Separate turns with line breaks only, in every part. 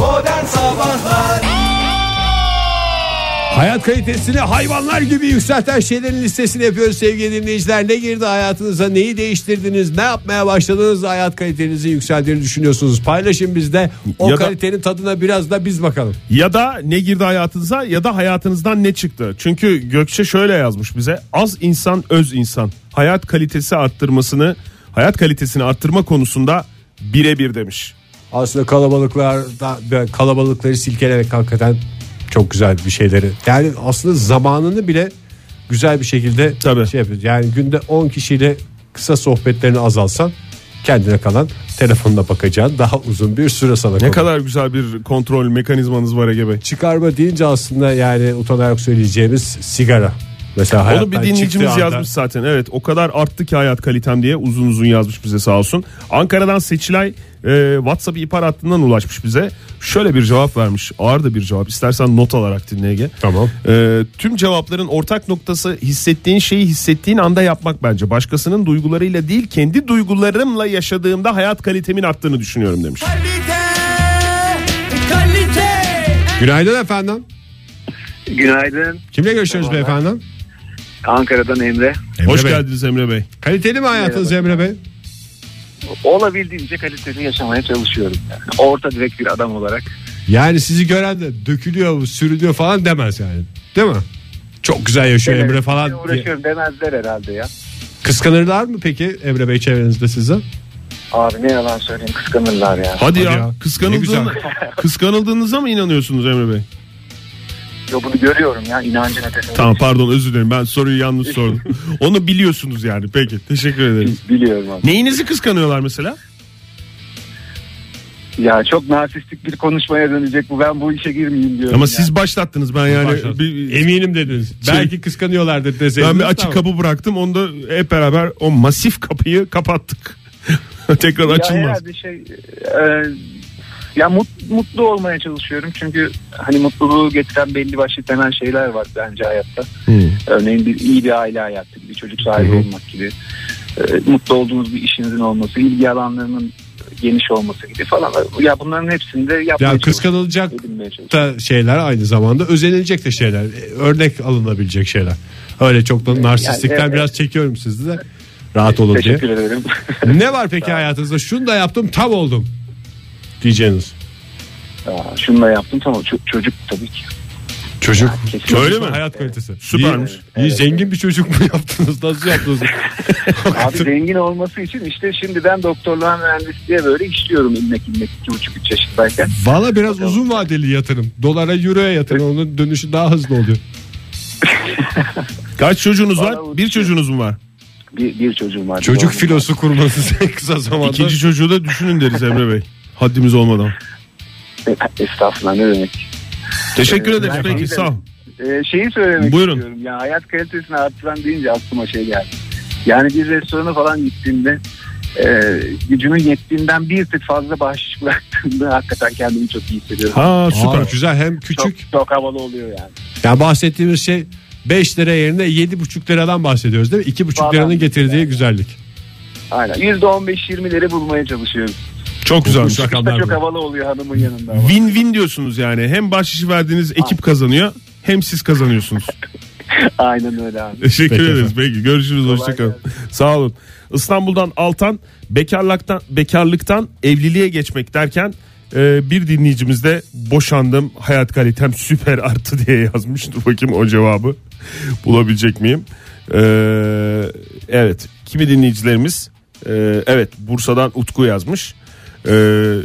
Modern Sabahlar
Hayat kalitesini hayvanlar gibi yükselten şeylerin listesini yapıyoruz sevgili dinleyiciler. Ne girdi hayatınıza, neyi değiştirdiniz, ne yapmaya başladınız, da hayat kalitenizi yükseldiğini düşünüyorsunuz. Paylaşın bizde o
Ya da-
kalitenin tadına biraz da biz bakalım.
Ya da ne girdi hayatınıza ya da hayatınızdan ne çıktı? Çünkü Gökçe şöyle yazmış bize. Az insan öz insan. Hayat kalitesi arttırmasını, hayat kalitesini arttırma konusunda birebir demiş.
Aslında kalabalıklarda ve kalabalıkları silkelemek hakikaten çok güzel bir şeyleri. Yani aslında zamanını bile güzel bir şekilde
Tabii.
şey yapıyoruz. Yani günde 10 kişiyle kısa sohbetlerini azalsan kendine kalan telefonuna bakacağın daha uzun bir süre sana
Ne
kalıyor.
kadar güzel bir kontrol mekanizmanız var Ege Bey.
çıkarma deyince aslında yani utanarak söyleyeceğimiz sigara. Mesela hayattan
Onu bir dinleyicimiz
çıktığı anda-
yazmış zaten. Evet o kadar arttı ki hayat kalitem diye uzun uzun yazmış bize sağ olsun. Ankara'dan Seçilay e, WhatsApp ihbar hattından ulaşmış bize. Şöyle bir cevap vermiş. Ağır da bir cevap. İstersen not alarak dinle Ege.
Tamam.
E, tüm cevapların ortak noktası hissettiğin şeyi hissettiğin anda yapmak bence. Başkasının duygularıyla değil kendi duygularımla yaşadığımda hayat kalitemin arttığını düşünüyorum demiş.
Kalite Kalite
Günaydın efendim.
Günaydın.
Kimle görüşüyoruz beyefendi?
Ankara'dan Emre.
Emre
Hoş
Bey.
geldiniz Emre Bey.
Kaliteli mi hayatınız Emre Bey?
Olabildiğince kaliteli yaşamaya çalışıyorum. Yani. Orta direkt bir adam olarak.
Yani sizi gören de dökülüyor, sürülüyor falan demez yani. Değil mi? Çok güzel yaşıyor Emre
Evet,
falan. diye.
Uğraşıyorum demezler herhalde ya.
Kıskanırlar mı peki Emre Bey çevrenizde sizi?
Abi ne yalan söyleyeyim kıskanırlar ya.
Hadi, ya,
ya. Ne
Kıskanıldığını,
güzel.
kıskanıldığınıza mı inanıyorsunuz Emre Bey?
Yo, bunu görüyorum ya inancın ötesinde.
Tamam pardon özür dilerim ben soruyu yanlış sordum. Onu biliyorsunuz yani peki teşekkür ederim.
Biliyorum abi.
Neyinizi kıskanıyorlar mesela?
Ya çok narsistik bir konuşmaya dönecek bu. Ben bu işe girmeyeyim diyorum.
Ama
ya.
siz başlattınız ben yani
Başlattım.
bir,
Eminim dediniz.
Şey-
Belki kıskanıyorlardır deseydiniz.
ben bir açık
tamam.
kapı bıraktım onu da hep beraber o masif kapıyı kapattık. Tekrar
Ya
açılmaz.
herhalde şey e, ya mut- mutlu olmaya çalışıyorum çünkü hani mutluluğu getiren belli başlı temel şeyler var bence hayatta. Örneğin bir iyi bir aile hayatı gibi, çocuk sahibi olmak gibi, e, mutlu olduğunuz bir işinizin olması, ilgi alanlarının geniş olması gibi falan. Ya bunların hepsini de yapmaya
Ya
çalışıyorum.
kıskanılacak
edinmeye çalışıyorum.
da şeyler aynı zamanda özenilecek de şeyler. E, Örnek alınabilecek şeyler. Öyle çok da narsistlikten
evet.
biraz çekiyorum sizi de. Rahat olun diye.
Teşekkür ederim.
Ne var peki hayatınızda? Şunu da yaptım tam oldum. Diyeceğiniz.
Aa, Şunu da yaptım tamam Ço- çocuk tabii ki.
Çocuk.
Kesinlikle.
Öyle mi?
Hayat kalitesi.
Süpermiş.
İyi, iyi zengin bir çocuk mu yaptınız? Nasıl yaptınız?
Abi zengin olması için işte şimdiden doktorluğa mühendisliğe böyle işliyorum ilmek ilmek iki buçuk üç yaşındayken.
Valla biraz uzun vadeli yatırım. Dolara euroya yatırım. Onun dönüşü daha hızlı oluyor.
Kaç çocuğunuz var?
Bana
Bir
uçuyor.
çocuğunuz mu var?
Bir, bir çocuğum var.
Çocuk
Doğru.
filosu kurmanız en kısa zamanda.
İkinci çocuğu da düşünün deriz Emre Bey. Haddimiz olmadan.
E, Estağfurullah ne demek.
Teşekkür
Ee,
ederiz
ben
peki
iyi
sağ ol.
Ee, şeyi söylemek
Buyurun.
istiyorum. Ya hayat kalitesini arttıran deyince aklıma şey geldi. Yani bir restorana falan gittiğimde e, gücünün yettiğinden bir tık fazla bahşiş bıraktığımda hakikaten kendimi çok iyi hissediyorum.
Ha
Süper.
süper.
güzel hem küçük.
Çok, çok havalı oluyor yani.
Yani bahsettiğimiz şey 5 lira yerine 7,5 liradan bahsediyoruz değil mi? 2,5
Falan.
liranın getirdiği güzellik.
Aynen. %15-20'leri bulmaya çalışıyorum.
Çok güzelmiş.
Rakamlar
çok
mı?
havalı oluyor hanımın yanında. ama.
Win win diyorsunuz yani. Hem bahşişi verdiğiniz ekip kazanıyor hem siz kazanıyorsunuz.
Aynen öyle abi.
Teşekkür
Peki
ederiz. Peki görüşürüz.
Kolay
Hoşçakalın. Sağ olun. İstanbul'dan Altan bekarlıktan bekarlıktan evliliğe geçmek derken e, bir dinleyicimiz de boşandım hayat kalitem süper arttı diye yazmış. Dur bakayım o cevabı bulabilecek miyim? E, evet. Kimi dinleyicilerimiz e, evet Bursa'dan Utku yazmış. E,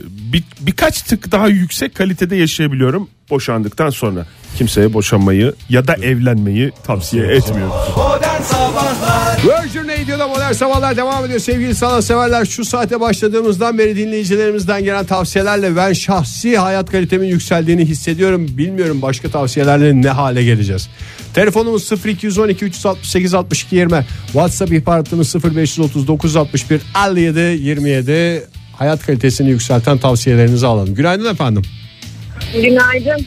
bir, birkaç tık daha yüksek kalitede yaşayabiliyorum boşandıktan sonra. Kimseye boşanmayı ya da evlenmeyi tavsiye etmiyorum.
Modern Sabahlar
Virgin Radio'da modern sabahlar devam ediyor sevgili sana severler. Şu saate başladığımızdan beri dinleyicilerimizden gelen tavsiyelerle ben şahsi hayat kalitemin yükseldiğini hissediyorum. Bilmiyorum başka tavsiyelerle ne hale geleceğiz. Telefonumuz 0212 368 62 20. WhatsApp ihbar hattımız 0539 61 57 27. Hayat kalitesini yükselten tavsiyelerinizi alalım. Günaydın efendim.
Günaydın.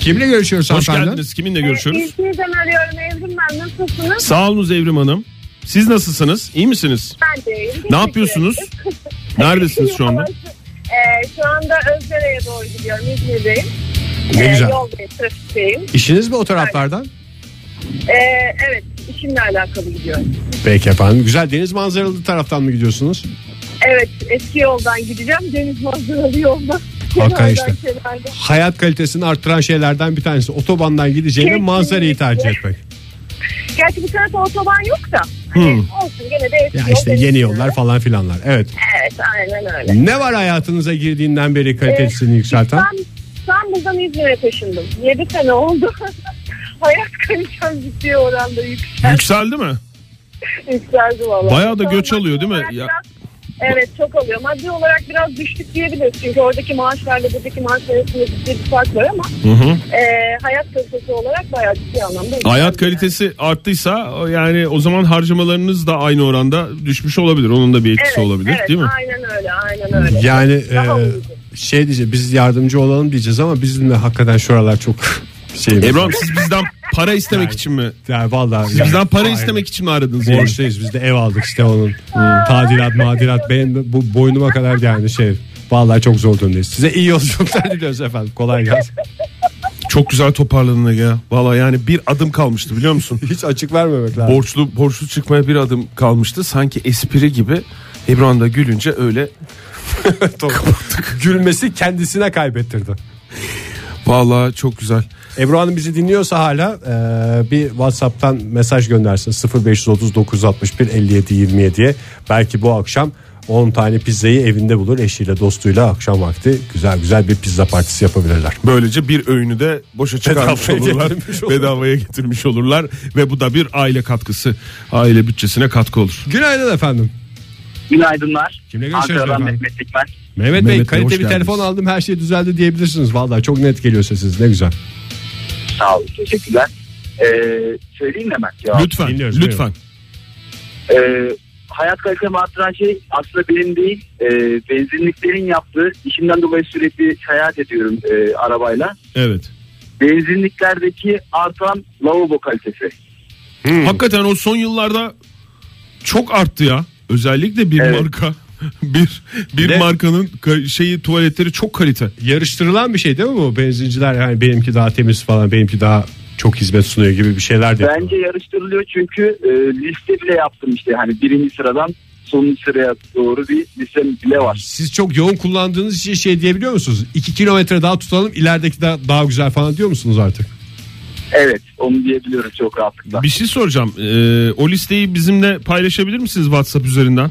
Kimle görüşüyoruz
Hoş
hanımefendi?
geldiniz. Kiminle görüşüyoruz?
İzmir'den arıyorum Evrim ben. Nasılsınız?
Sağ olunuz Evrim Hanım. Siz nasılsınız? İyi misiniz?
Ben de iyiyim.
Ne
Teşekkür
yapıyorsunuz?
ederim.
Neredesiniz şu anda?
Ee, şu anda Özdere'ye doğru gidiyorum. İzmir'deyim.
Ne
Ee,
güzel.
yoldayım, trafikteyim.
İşiniz mi o taraflardan?
Ee, evet, işimle alakalı gidiyorum.
Peki efendim. Güzel deniz manzaralı taraftan mı gidiyorsunuz?
Evet, eski yoldan gideceğim. Deniz manzaralı yolda.
Hakikaten
Kenardan,
işte.
kenardan.
Hayat kalitesini arttıran şeylerden bir tanesi. Otobandan gideceğine
Kesinlikle.
manzarayı tercih etmek.
Gerçi bu tarafta otoban yok da. Hani olsun gene de eski
Ya
yol,
işte
deniz
yeni
kenarı.
yollar falan filanlar. Evet.
Evet, aynen öyle.
Ne var hayatınıza girdiğinden beri kalitesini
Ee,
yükselten?
İstan- İstanbul'dan İzmir'e taşındım. 7 sene oldu. Hayat kalitem ciddi oranda yükseldi.
Yükseldi mi?
Yükseldi valla.
Bayağı da
Ama
göç alıyor değil mi?
maddi
Ya-
olarak biraz- evet çok alıyor. Maddi olarak biraz düştük diyebiliriz. Çünkü oradaki maaşlarla buradaki maaşlar arasında ciddi bir fark var ama eee, hayat kalitesi olarak bayağı ciddi anlamda. yükseldi.
Hayat kalitesi arttıysa o yani o zaman harcamalarınız da aynı oranda düşmüş olabilir. Onun da bir etkisi
Evet,
olabilir
evet,
değil mi?
Aynen öyle aynen öyle.
Yani
Daha
e,
uygun.
şey diyeceğiz biz yardımcı olalım diyeceğiz ama bizim de hakikaten şuralar çok şey.
Ebru'm siz bizden para istemek için mi?
Yani vallahi.
Siz bizden para
Aynen.
istemek için mi aradınız? yani?
Borçluyuz biz de ev aldık işte onun. Tadilat madilat benim bu boynuma kadar yani şey. Vallahi çok zor durumdayız. Size iyi yolculuklar diliyoruz efendim. Kolay gelsin.
Çok güzel toparladın Ege. ya. Valla yani bir adım kalmıştı biliyor musun?
Hiç açık vermemek lazım.
Borçlu borçlu çıkmaya bir adım kalmıştı. Sanki espri gibi Ebru'm da gülünce öyle
Gülmesi kendisine kaybettirdi.
valla çok güzel.
Ebru Hanım bizi dinliyorsa hala e, bir Whatsapp'tan mesaj göndersin 0530 961 57 27'ye. Belki bu akşam 10 tane pizzayı evinde bulur eşiyle dostuyla akşam vakti güzel güzel bir pizza partisi yapabilirler.
Böylece bir öğünü de boşa çıkarmış
Bedavaya
olurlar.
getirmiş olurlar.
Bedavaya getirmiş olurlar ve bu da bir aile katkısı. Aile bütçesine katkı olur.
Günaydın efendim.
Günaydınlar.
Kimle görüşüyoruz
Ankara'dan
efendim?
Mehmet Dikmen.
Mehmet, Bey
Mehmet Bey,
kalite
hoş
bir
geldiniz.
telefon aldım her şey düzeldi diyebilirsiniz. Vallahi çok net geliyor sesiniz ne güzel.
Sağ olun. Teşekkürler. Ee, söyleyeyim mi hemen cevabı?
Lütfen
dinliyoruz,
lütfen.
Ee, hayat kalitemi arttıran şey aslında benim değil. Ee, benzinliklerin yaptığı işimden dolayı sürekli seyahat ediyorum e, arabayla.
Evet.
Benzinliklerdeki artan lavabo kalitesi.
Hmm.
Hakikaten o son yıllarda çok arttı ya. Özellikle bir
Evet.
marka bir bir
Ne?
markanın ka- şeyi tuvaletleri çok kalite.
Yarıştırılan bir şey değil mi bu benzinciler yani benimki daha temiz falan benimki daha çok hizmet sunuyor gibi bir şeyler de.
Bence yarıştırılıyor çünkü e, liste bile yaptım işte hani birinci sıradan sonuncu sıraya doğru bir liste bile var.
Siz çok yoğun kullandığınız için şey diyebiliyor musunuz? 2 kilometre daha tutalım ilerideki de daha güzel falan diyor musunuz artık?
Evet onu diyebiliyoruz çok rahatlıkla.
Bir şey soracağım. Ee, o listeyi bizimle paylaşabilir misiniz WhatsApp üzerinden?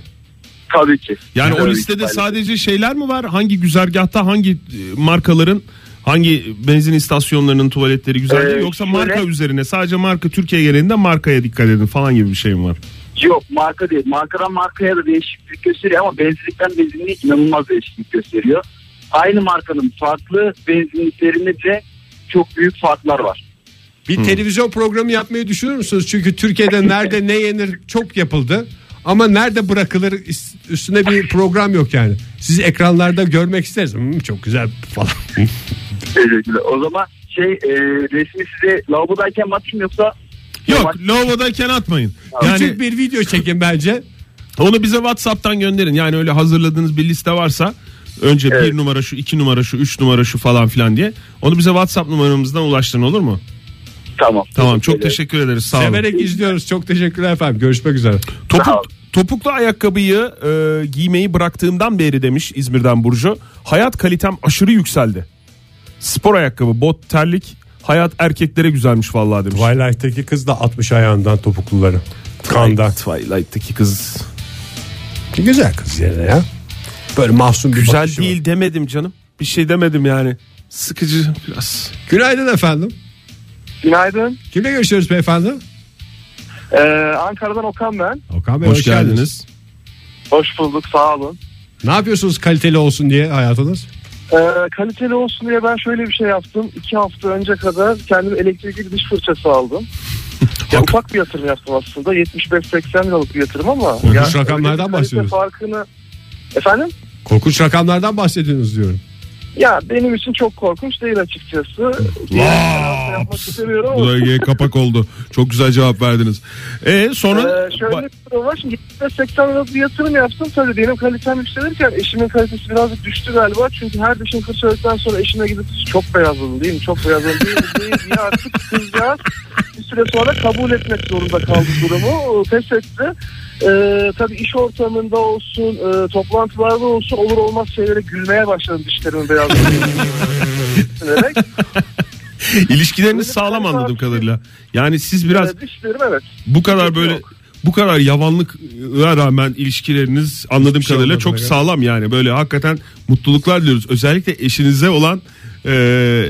Tabii ki.
Yani o
Tabii ki
listede
paylaşırım.
sadece şeyler mi var? Hangi güzergahta hangi e, markaların hangi benzin istasyonlarının tuvaletleri güzel değil?
Ee,
yoksa
şöyle-
marka üzerine sadece marka Türkiye genelinde markaya dikkat edin falan gibi bir şey mi var?
Yok marka değil. Markadan markaya da değişiklik gösteriyor ama benzinlikten benzinliğe inanılmaz değişiklik gösteriyor. Aynı markanın farklı benzinliklerinde de çok büyük farklar var.
Bir televizyon programı yapmayı düşünür müsünüz? Çünkü Türkiye'de nerede ne yenir çok yapıldı. Ama nerede bırakılır is- üstüne bir program yok yani. Sizi ekranlarda görmek isteriz. Hmm, çok güzel falan.
Teşekkürler. O zaman şey e, resmi size lavabodayken mi atayım yoksa
Yok
Bak-
lavabodayken atmayın. Yani
Küçük bir video çekin bence.
onu bize Whatsapp'tan gönderin. Yani öyle hazırladığınız bir liste varsa önce bir
Evet.
numara şu iki numara şu üç numara şu falan filan diye. Onu bize Whatsapp numaramızdan ulaştırın olur mu?
tamam.
Tamam çok
ederim.
teşekkür ederiz sağ olun.
Severek izliyoruz. Çok teşekkürler efendim. Görüşmek üzere.
Sağ
Topuk,
olun.
topuklu ayakkabıyı e, giymeyi bıraktığımdan beri demiş İzmir'den Burcu. Hayat kalitem aşırı yükseldi. Spor ayakkabı, bot, terlik hayat erkeklere güzelmiş vallahi demiş.
Twilight'teki kız da 60 ayağından topukluları. Kanda.
Twilight'taki kız.
Güzel kız yani ya. Böyle masum bir
Güzel
bakışı var.
değil demedim canım. Bir şey demedim yani. Sıkıcı biraz.
Günaydın efendim.
Günaydın.
Kimle görüşüyoruz beyefendi?
Ee, Ankara'dan Okan ben.
Okan Bey
Hoş, geldiniz.
Hoş bulduk sağ olun.
Ne yapıyorsunuz kaliteli olsun diye hayatınız?
Ee, kaliteli olsun diye ben şöyle bir şey yaptım. İki hafta önce kadar kendim elektrikli bir diş fırçası aldım. Ya
Hak-
ufak bir yatırım yaptım aslında. 75-80 liralık bir yatırım ama.
Korkunç
yani
rakamlardan
öyle bir kalite
bahsediyoruz.
Farkını... Efendim?
Korkunç rakamlardan bahsediyorsunuz diyorum.
Ya benim için çok korkunç değil açıkçası. Diğer tarafta yapmak istemiyorum ama.
Bu da kapak oldu. Çok güzel cevap verdiniz. E sonra
Ee, şöyle bir durum var. Şimdi 80 liralık bir yatırım yaptım. Tabii benim kalitem yükselirken eşimin kalitesi birazcık düştü galiba. Çünkü her dişim fırçaladıktan sonra eşime gidip çok beyazladı değil mi? Çok beyazladı değil mi? Değil mi? Ya artık kızcağız bir süre sonra kabul etmek zorunda kaldı durumu. Pes etti. Ee, tabii iş ortamında olsun, e, toplantılarda olsun olur olmaz şeylere gülmeye başladım dişlerimin beyazladığını.
ilişkileriniz sağlam
şey
anladığım kadarıyla. Yani siz biraz
Dişlerim evet.
bu kadar böyle bu kadar yavanlıklara rağmen ilişkileriniz anladığım
şey
kadarıyla
olmadı
çok
bana.
sağlam yani. Böyle hakikaten mutluluklar diliyoruz. Özellikle eşinize olan e,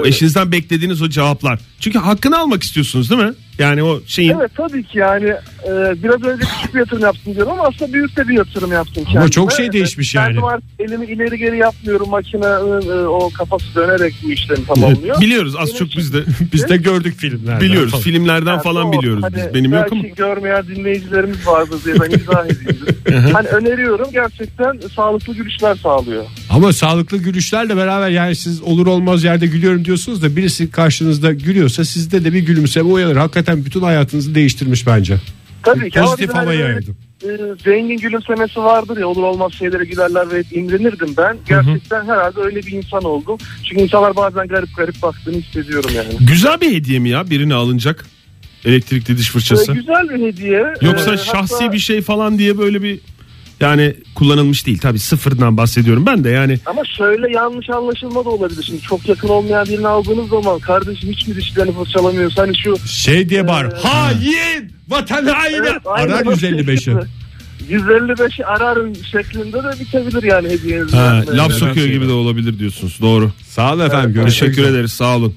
o eşinizden beklediğiniz o cevaplar. Çünkü hakkını almak istiyorsunuz değil mi? Yani o şeyin
Evet tabii ki yani e, biraz önce küçük bir yatırım yaptım diyorum ama aslında büyük de bir yatırım yaptım.
Ama çok şey değişmiş
ben
yani.
Ben artık elimi ileri geri yapmıyorum makine e, o kafası dönerek bu işlemi tamamlıyor.
biliyoruz az çok biz de
Biz de gördük filmlerden.
biliyoruz.
falan.
Filmlerden
Yani
falan
o,
biliyoruz
hani
biz. Benim yok ama.
Belki görmeyen dinleyicilerimiz vardır diye ben izah edeyim. hani öneriyorum gerçekten sağlıklı gülüşler sağlıyor.
Ama sağlıklı gülüşlerle beraber yani siz olur olmaz yerde gülüyorum diyorsunuz da birisi karşınızda gülüyorsa sizde de bir gülümseme uyanır. Hakikaten bütün hayatınızı değiştirmiş bence.
Tabii ki. ama
Pozitif
bizim hani
havayı
böyle,
yaydım.
e, Zengin gülümsemesi vardır ya olur olmaz şeylere gülerler ve hep imrenirdim ben. Gerçekten herhalde öyle bir insan oldum. Çünkü insanlar bazen garip garip baktığını hissediyorum yani.
Güzel bir hediye mi ya birine alınacak elektrikli diş
Ee,
fırçası?
güzel bir hediye.
Yoksa
Ee,
şahsi
hatta-
bir şey falan diye böyle bir yani kullanılmış değil tabii sıfırdan bahsediyorum ben de yani
Ama şöyle yanlış anlaşılma da olabilir. Şimdi çok yakın olmayan birini aldığınız zaman kardeşim hiç mi dişlerini fırçalamıyorsun? Hani şu
Şey diye
Ee,
bağır. Hain! Vatan haini!
Evet, aynen.
Arar 155'i.
155'i ararım şeklinde de bitebilir yani hediyeniz.
ha,
Yani.
laf sokuyor gibi de olabilir diyorsunuz doğru.
Sağ olun efendim. görüşmek
Teşekkür
üzere.
ederiz sağ olun.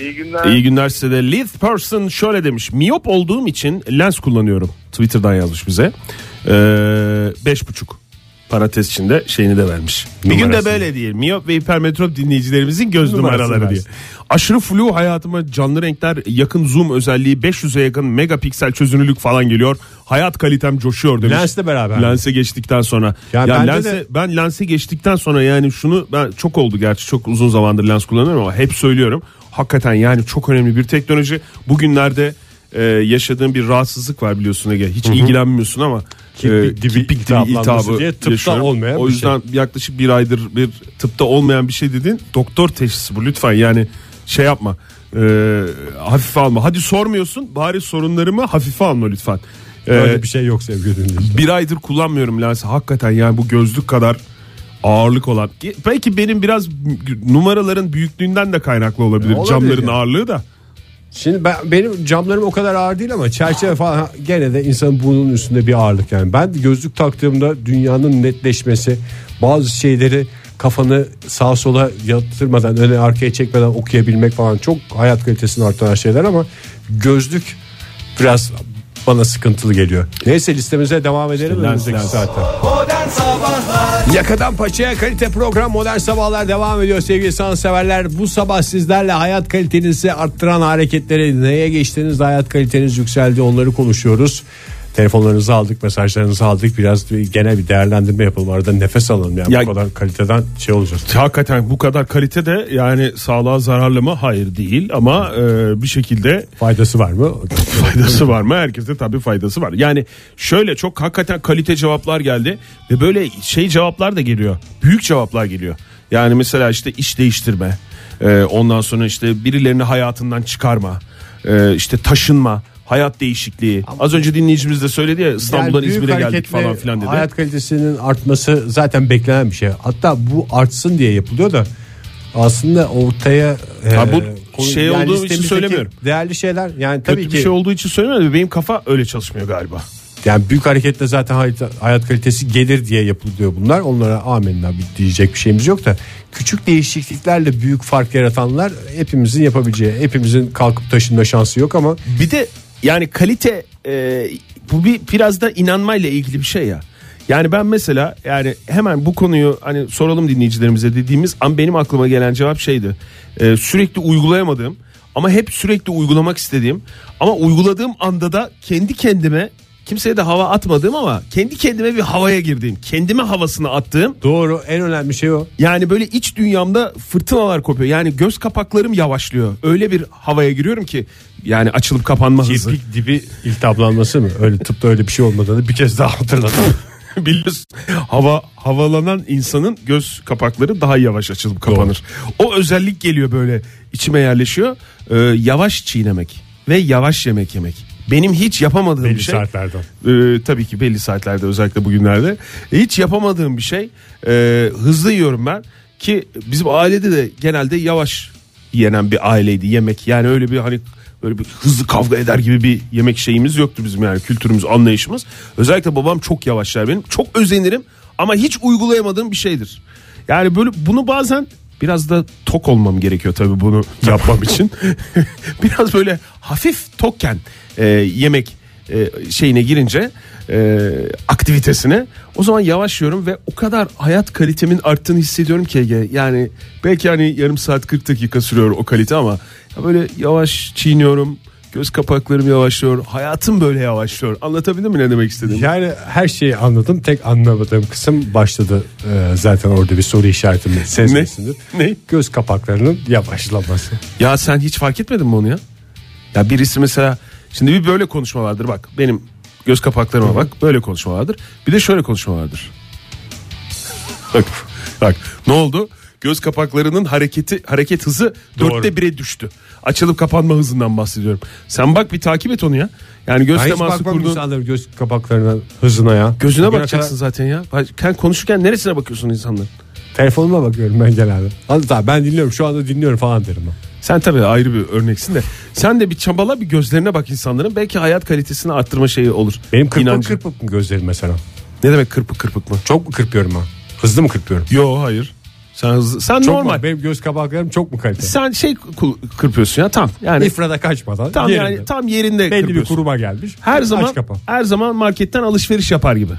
İyi günler.
İyi günler size de. Liz Person şöyle demiş. Miyop olduğum için lens kullanıyorum. Twitter'dan yazmış bize. Ee, beş buçuk parantez içinde şeyini de vermiş. Bir gün de böyle diyelim. Miyop ve hipermetrop dinleyicilerimizin göz
Numarasını
numaraları diye.
versin.
Aşırı flu hayatıma canlı renkler yakın zoom özelliği 500'e yakın megapiksel çözünürlük falan geliyor. Hayat kalitem coşuyor demiş.
Lensle beraber.
Lense geçtikten sonra. Ya,
Ya bence
lense,
de-
ben lense geçtikten sonra yani şunu ben çok oldu gerçi çok uzun zamandır lens kullanıyorum ama hep söylüyorum. Hakikaten yani çok önemli bir teknoloji. Bugünlerde e, yaşadığım bir rahatsızlık var biliyorsun Ege. Hiç ilgilenmiyorsun ama e,
Kirpik dibi iltihaplanması diye tıpta
yaşıyorum.
olmayan
O
bir şey.
yüzden yaklaşık bir aydır bir tıpta olmayan bir şey dedin. Doktor teşhisi bu lütfen yani şey yapma. E, hafife alma. Hadi sormuyorsun bari sorunlarımı hafife alma lütfen. E,
Böyle bir şey yok sevgili dinleyiciler.
bir aydır kullanmıyorum lensi. Hakikaten yani bu gözlük kadar ağırlık olan. Ki- Belki benim biraz numaraların büyüklüğünden de kaynaklı olabilir.
olabilir
Camların
yani.
ağırlığı da.
Şimdi ben, benim camlarım o kadar ağır değil ama çerçeve falan gene de insanın bunun üstünde bir ağırlık yani. Ben gözlük taktığımda dünyanın netleşmesi, bazı şeyleri kafanı sağa sola yatırmadan, öne arkaya çekmeden okuyabilmek falan çok hayat kalitesini artıran şeyler ama gözlük biraz bana sıkıntılı geliyor. Neyse listemize devam edelim önümüzdeki saatte.
Modern Sabahlar
Yakadan paçaya kalite program modern sabahlar devam ediyor sevgili sanatseverler. Bu sabah sizlerle hayat kalitenizi arttıran hareketleri neye geçtiğinizde hayat kaliteniz yükseldi onları konuşuyoruz. Telefonlarınızı aldık mesajlarınızı aldık biraz bir- gene bir değerlendirme yapalım arada nefes alalım yani
Ya-
bu kadar kaliteden şey olacağız.
Hakikaten bu kadar kalite de yani sağlığa zararlı mı? Hayır değil ama e, bir şekilde
Faydası var mı?
faydası var mı? Herkese tabii faydası var. Yani şöyle çok hakikaten kalite cevaplar geldi ve böyle şey cevaplar da geliyor. Büyük cevaplar geliyor. Yani mesela işte iş değiştirme. e, ondan sonra işte birilerini hayatından çıkarma. e, işte taşınma. Hayat değişikliği. Az önce dinleyicimiz de söyledi ya İstanbul'dan
Yani büyük
İzmir'e geldik
hareketle
falan filan dedi.
Hayat kalitesinin artması zaten beklenen bir şey. Hatta bu artsın diye yapılıyor da aslında ortaya e,
Ha bu
konu-
şey olduğu için
listemizdeki
söylemiyorum.
Değerli şeyler yani tabii
Kötü
ki
bir şey olduğu için söylemiyorum. Benim kafa öyle çalışmıyor galiba.
Yani büyük hareketle zaten hayat, hayat kalitesi gelir diye yapılıyor bunlar. Onlara amenna bir diyecek bir şeyimiz yok da küçük değişikliklerle büyük fark yaratanlar hepimizin yapabileceği. Hepimizin kalkıp taşınma şansı yok ama
Bir de yani kalite e, bu bir biraz da inanmayla ilgili bir şey ya. Yani ben mesela yani hemen bu konuyu hani soralım dinleyicilerimize dediğimiz an benim aklıma gelen cevap şeydi. E, sürekli uygulayamadığım ama hep sürekli uygulamak istediğim ama uyguladığım anda da kendi kendime kimseye de hava atmadığım ama kendi kendime bir havaya girdiğim, kendime havasını attığım
Doğru en önemli şey o.
yani böyle iç dünyamda fırtınalar kopuyor. Yani göz kapaklarım yavaşlıyor. Öyle bir havaya giriyorum ki yani açılıp kapanma hızı.
Kirpik dibi iltihaplanması mı? Öyle tıpta öyle bir şey olmadığını bir kez daha hatırladım.
Biliyorsun hava havalanan insanın göz kapakları daha yavaş açılıp kapanır. O özellik geliyor böyle içime yerleşiyor. Ee, yavaş çiğnemek ve yavaş yemek yemek. Benim hiç yapamadığım
Belli
bir şey.
saatlerden.
Ee, tabii ki belli saatlerde özellikle bugünlerde. E, Hiç yapamadığım bir şey. Ee, hızlı yiyorum ben ki bizim ailede de genelde yavaş yenen bir aileydi yemek. Yani öyle bir hani böyle bir hızlı kavga eder gibi bir yemek şeyimiz yoktu bizim yani kültürümüz, anlayışımız. Özellikle babam çok yavaşlar benim. Çok özenirim ama hiç uygulayamadığım bir şeydir. Yani böyle bunu bazen biraz da tok olmam gerekiyor tabii bunu yapmam için. biraz böyle hafif tokken e, yemek e, şeyine girince e, aktivitesine o zaman yavaşlıyorum ve o kadar hayat kalitemin arttığını hissediyorum ki Ege. Yani belki hani yarım saat 40 dakika sürüyor o kalite ama ya böyle yavaş çiğniyorum. Göz kapaklarım yavaşlıyor. Hayatım böyle yavaşlıyor. Anlatabildim mi ne demek istediğimi?
Yani her şeyi anladım. Tek anlamadığım kısım başladı. Ee, zaten orada bir soru işaretimi sezmesindir.
Ne? Ne?
Göz kapaklarının yavaşlaması.
Ya sen hiç fark etmedin mi onu ya? Ya birisi mesela şimdi bir böyle konuşma vardır bak. Benim göz kapaklarıma bak. Böyle konuşma vardır. Bir de şöyle konuşma vardır. bak bak ne oldu? Göz kapaklarının hareketi hareket hızı dörtte bire düştü. Açılıp kapanma hızından bahsediyorum. Sen bak bir takip et onu ya. Yani göz
Ben hiç
teması
bakmam
kurduğun
insanların göz kapaklarının hızına ya.
gözüne
Bugüne
bakacaksın
kadar
zaten ya. Bak, Sen konuşurken neresine bakıyorsun insanların?
Telefonuma bakıyorum ben genelde. Anlat abi ben dinliyorum şu anda dinliyorum falan derim. ben.
Sen tabii ayrı bir örneksin de sen de bir çabala bir gözlerine bak insanların belki hayat kalitesini arttırma şeyi olur.
Benim kırpık
İnancı.
kırpık mı gözlerim mesela?
Ne demek kırpık kırpık mı?
Çok mu kırpıyorum ben? Hızlı mı kırpıyorum?
Yo hayır. Sen hızlı, sen
Çok
normal.
Mu? Benim göz kapaklarım çok mu kalite?
Sen şey kul- kırpıyorsun ya tam. Yani
İfrada kaçmadan
tam
yerinde.
yani tam yerinde
Belli bir
kırpıyorsun.
kuruma gelmiş.
her
Aç
zaman
kapan.
her zaman marketten alışveriş yapar gibi.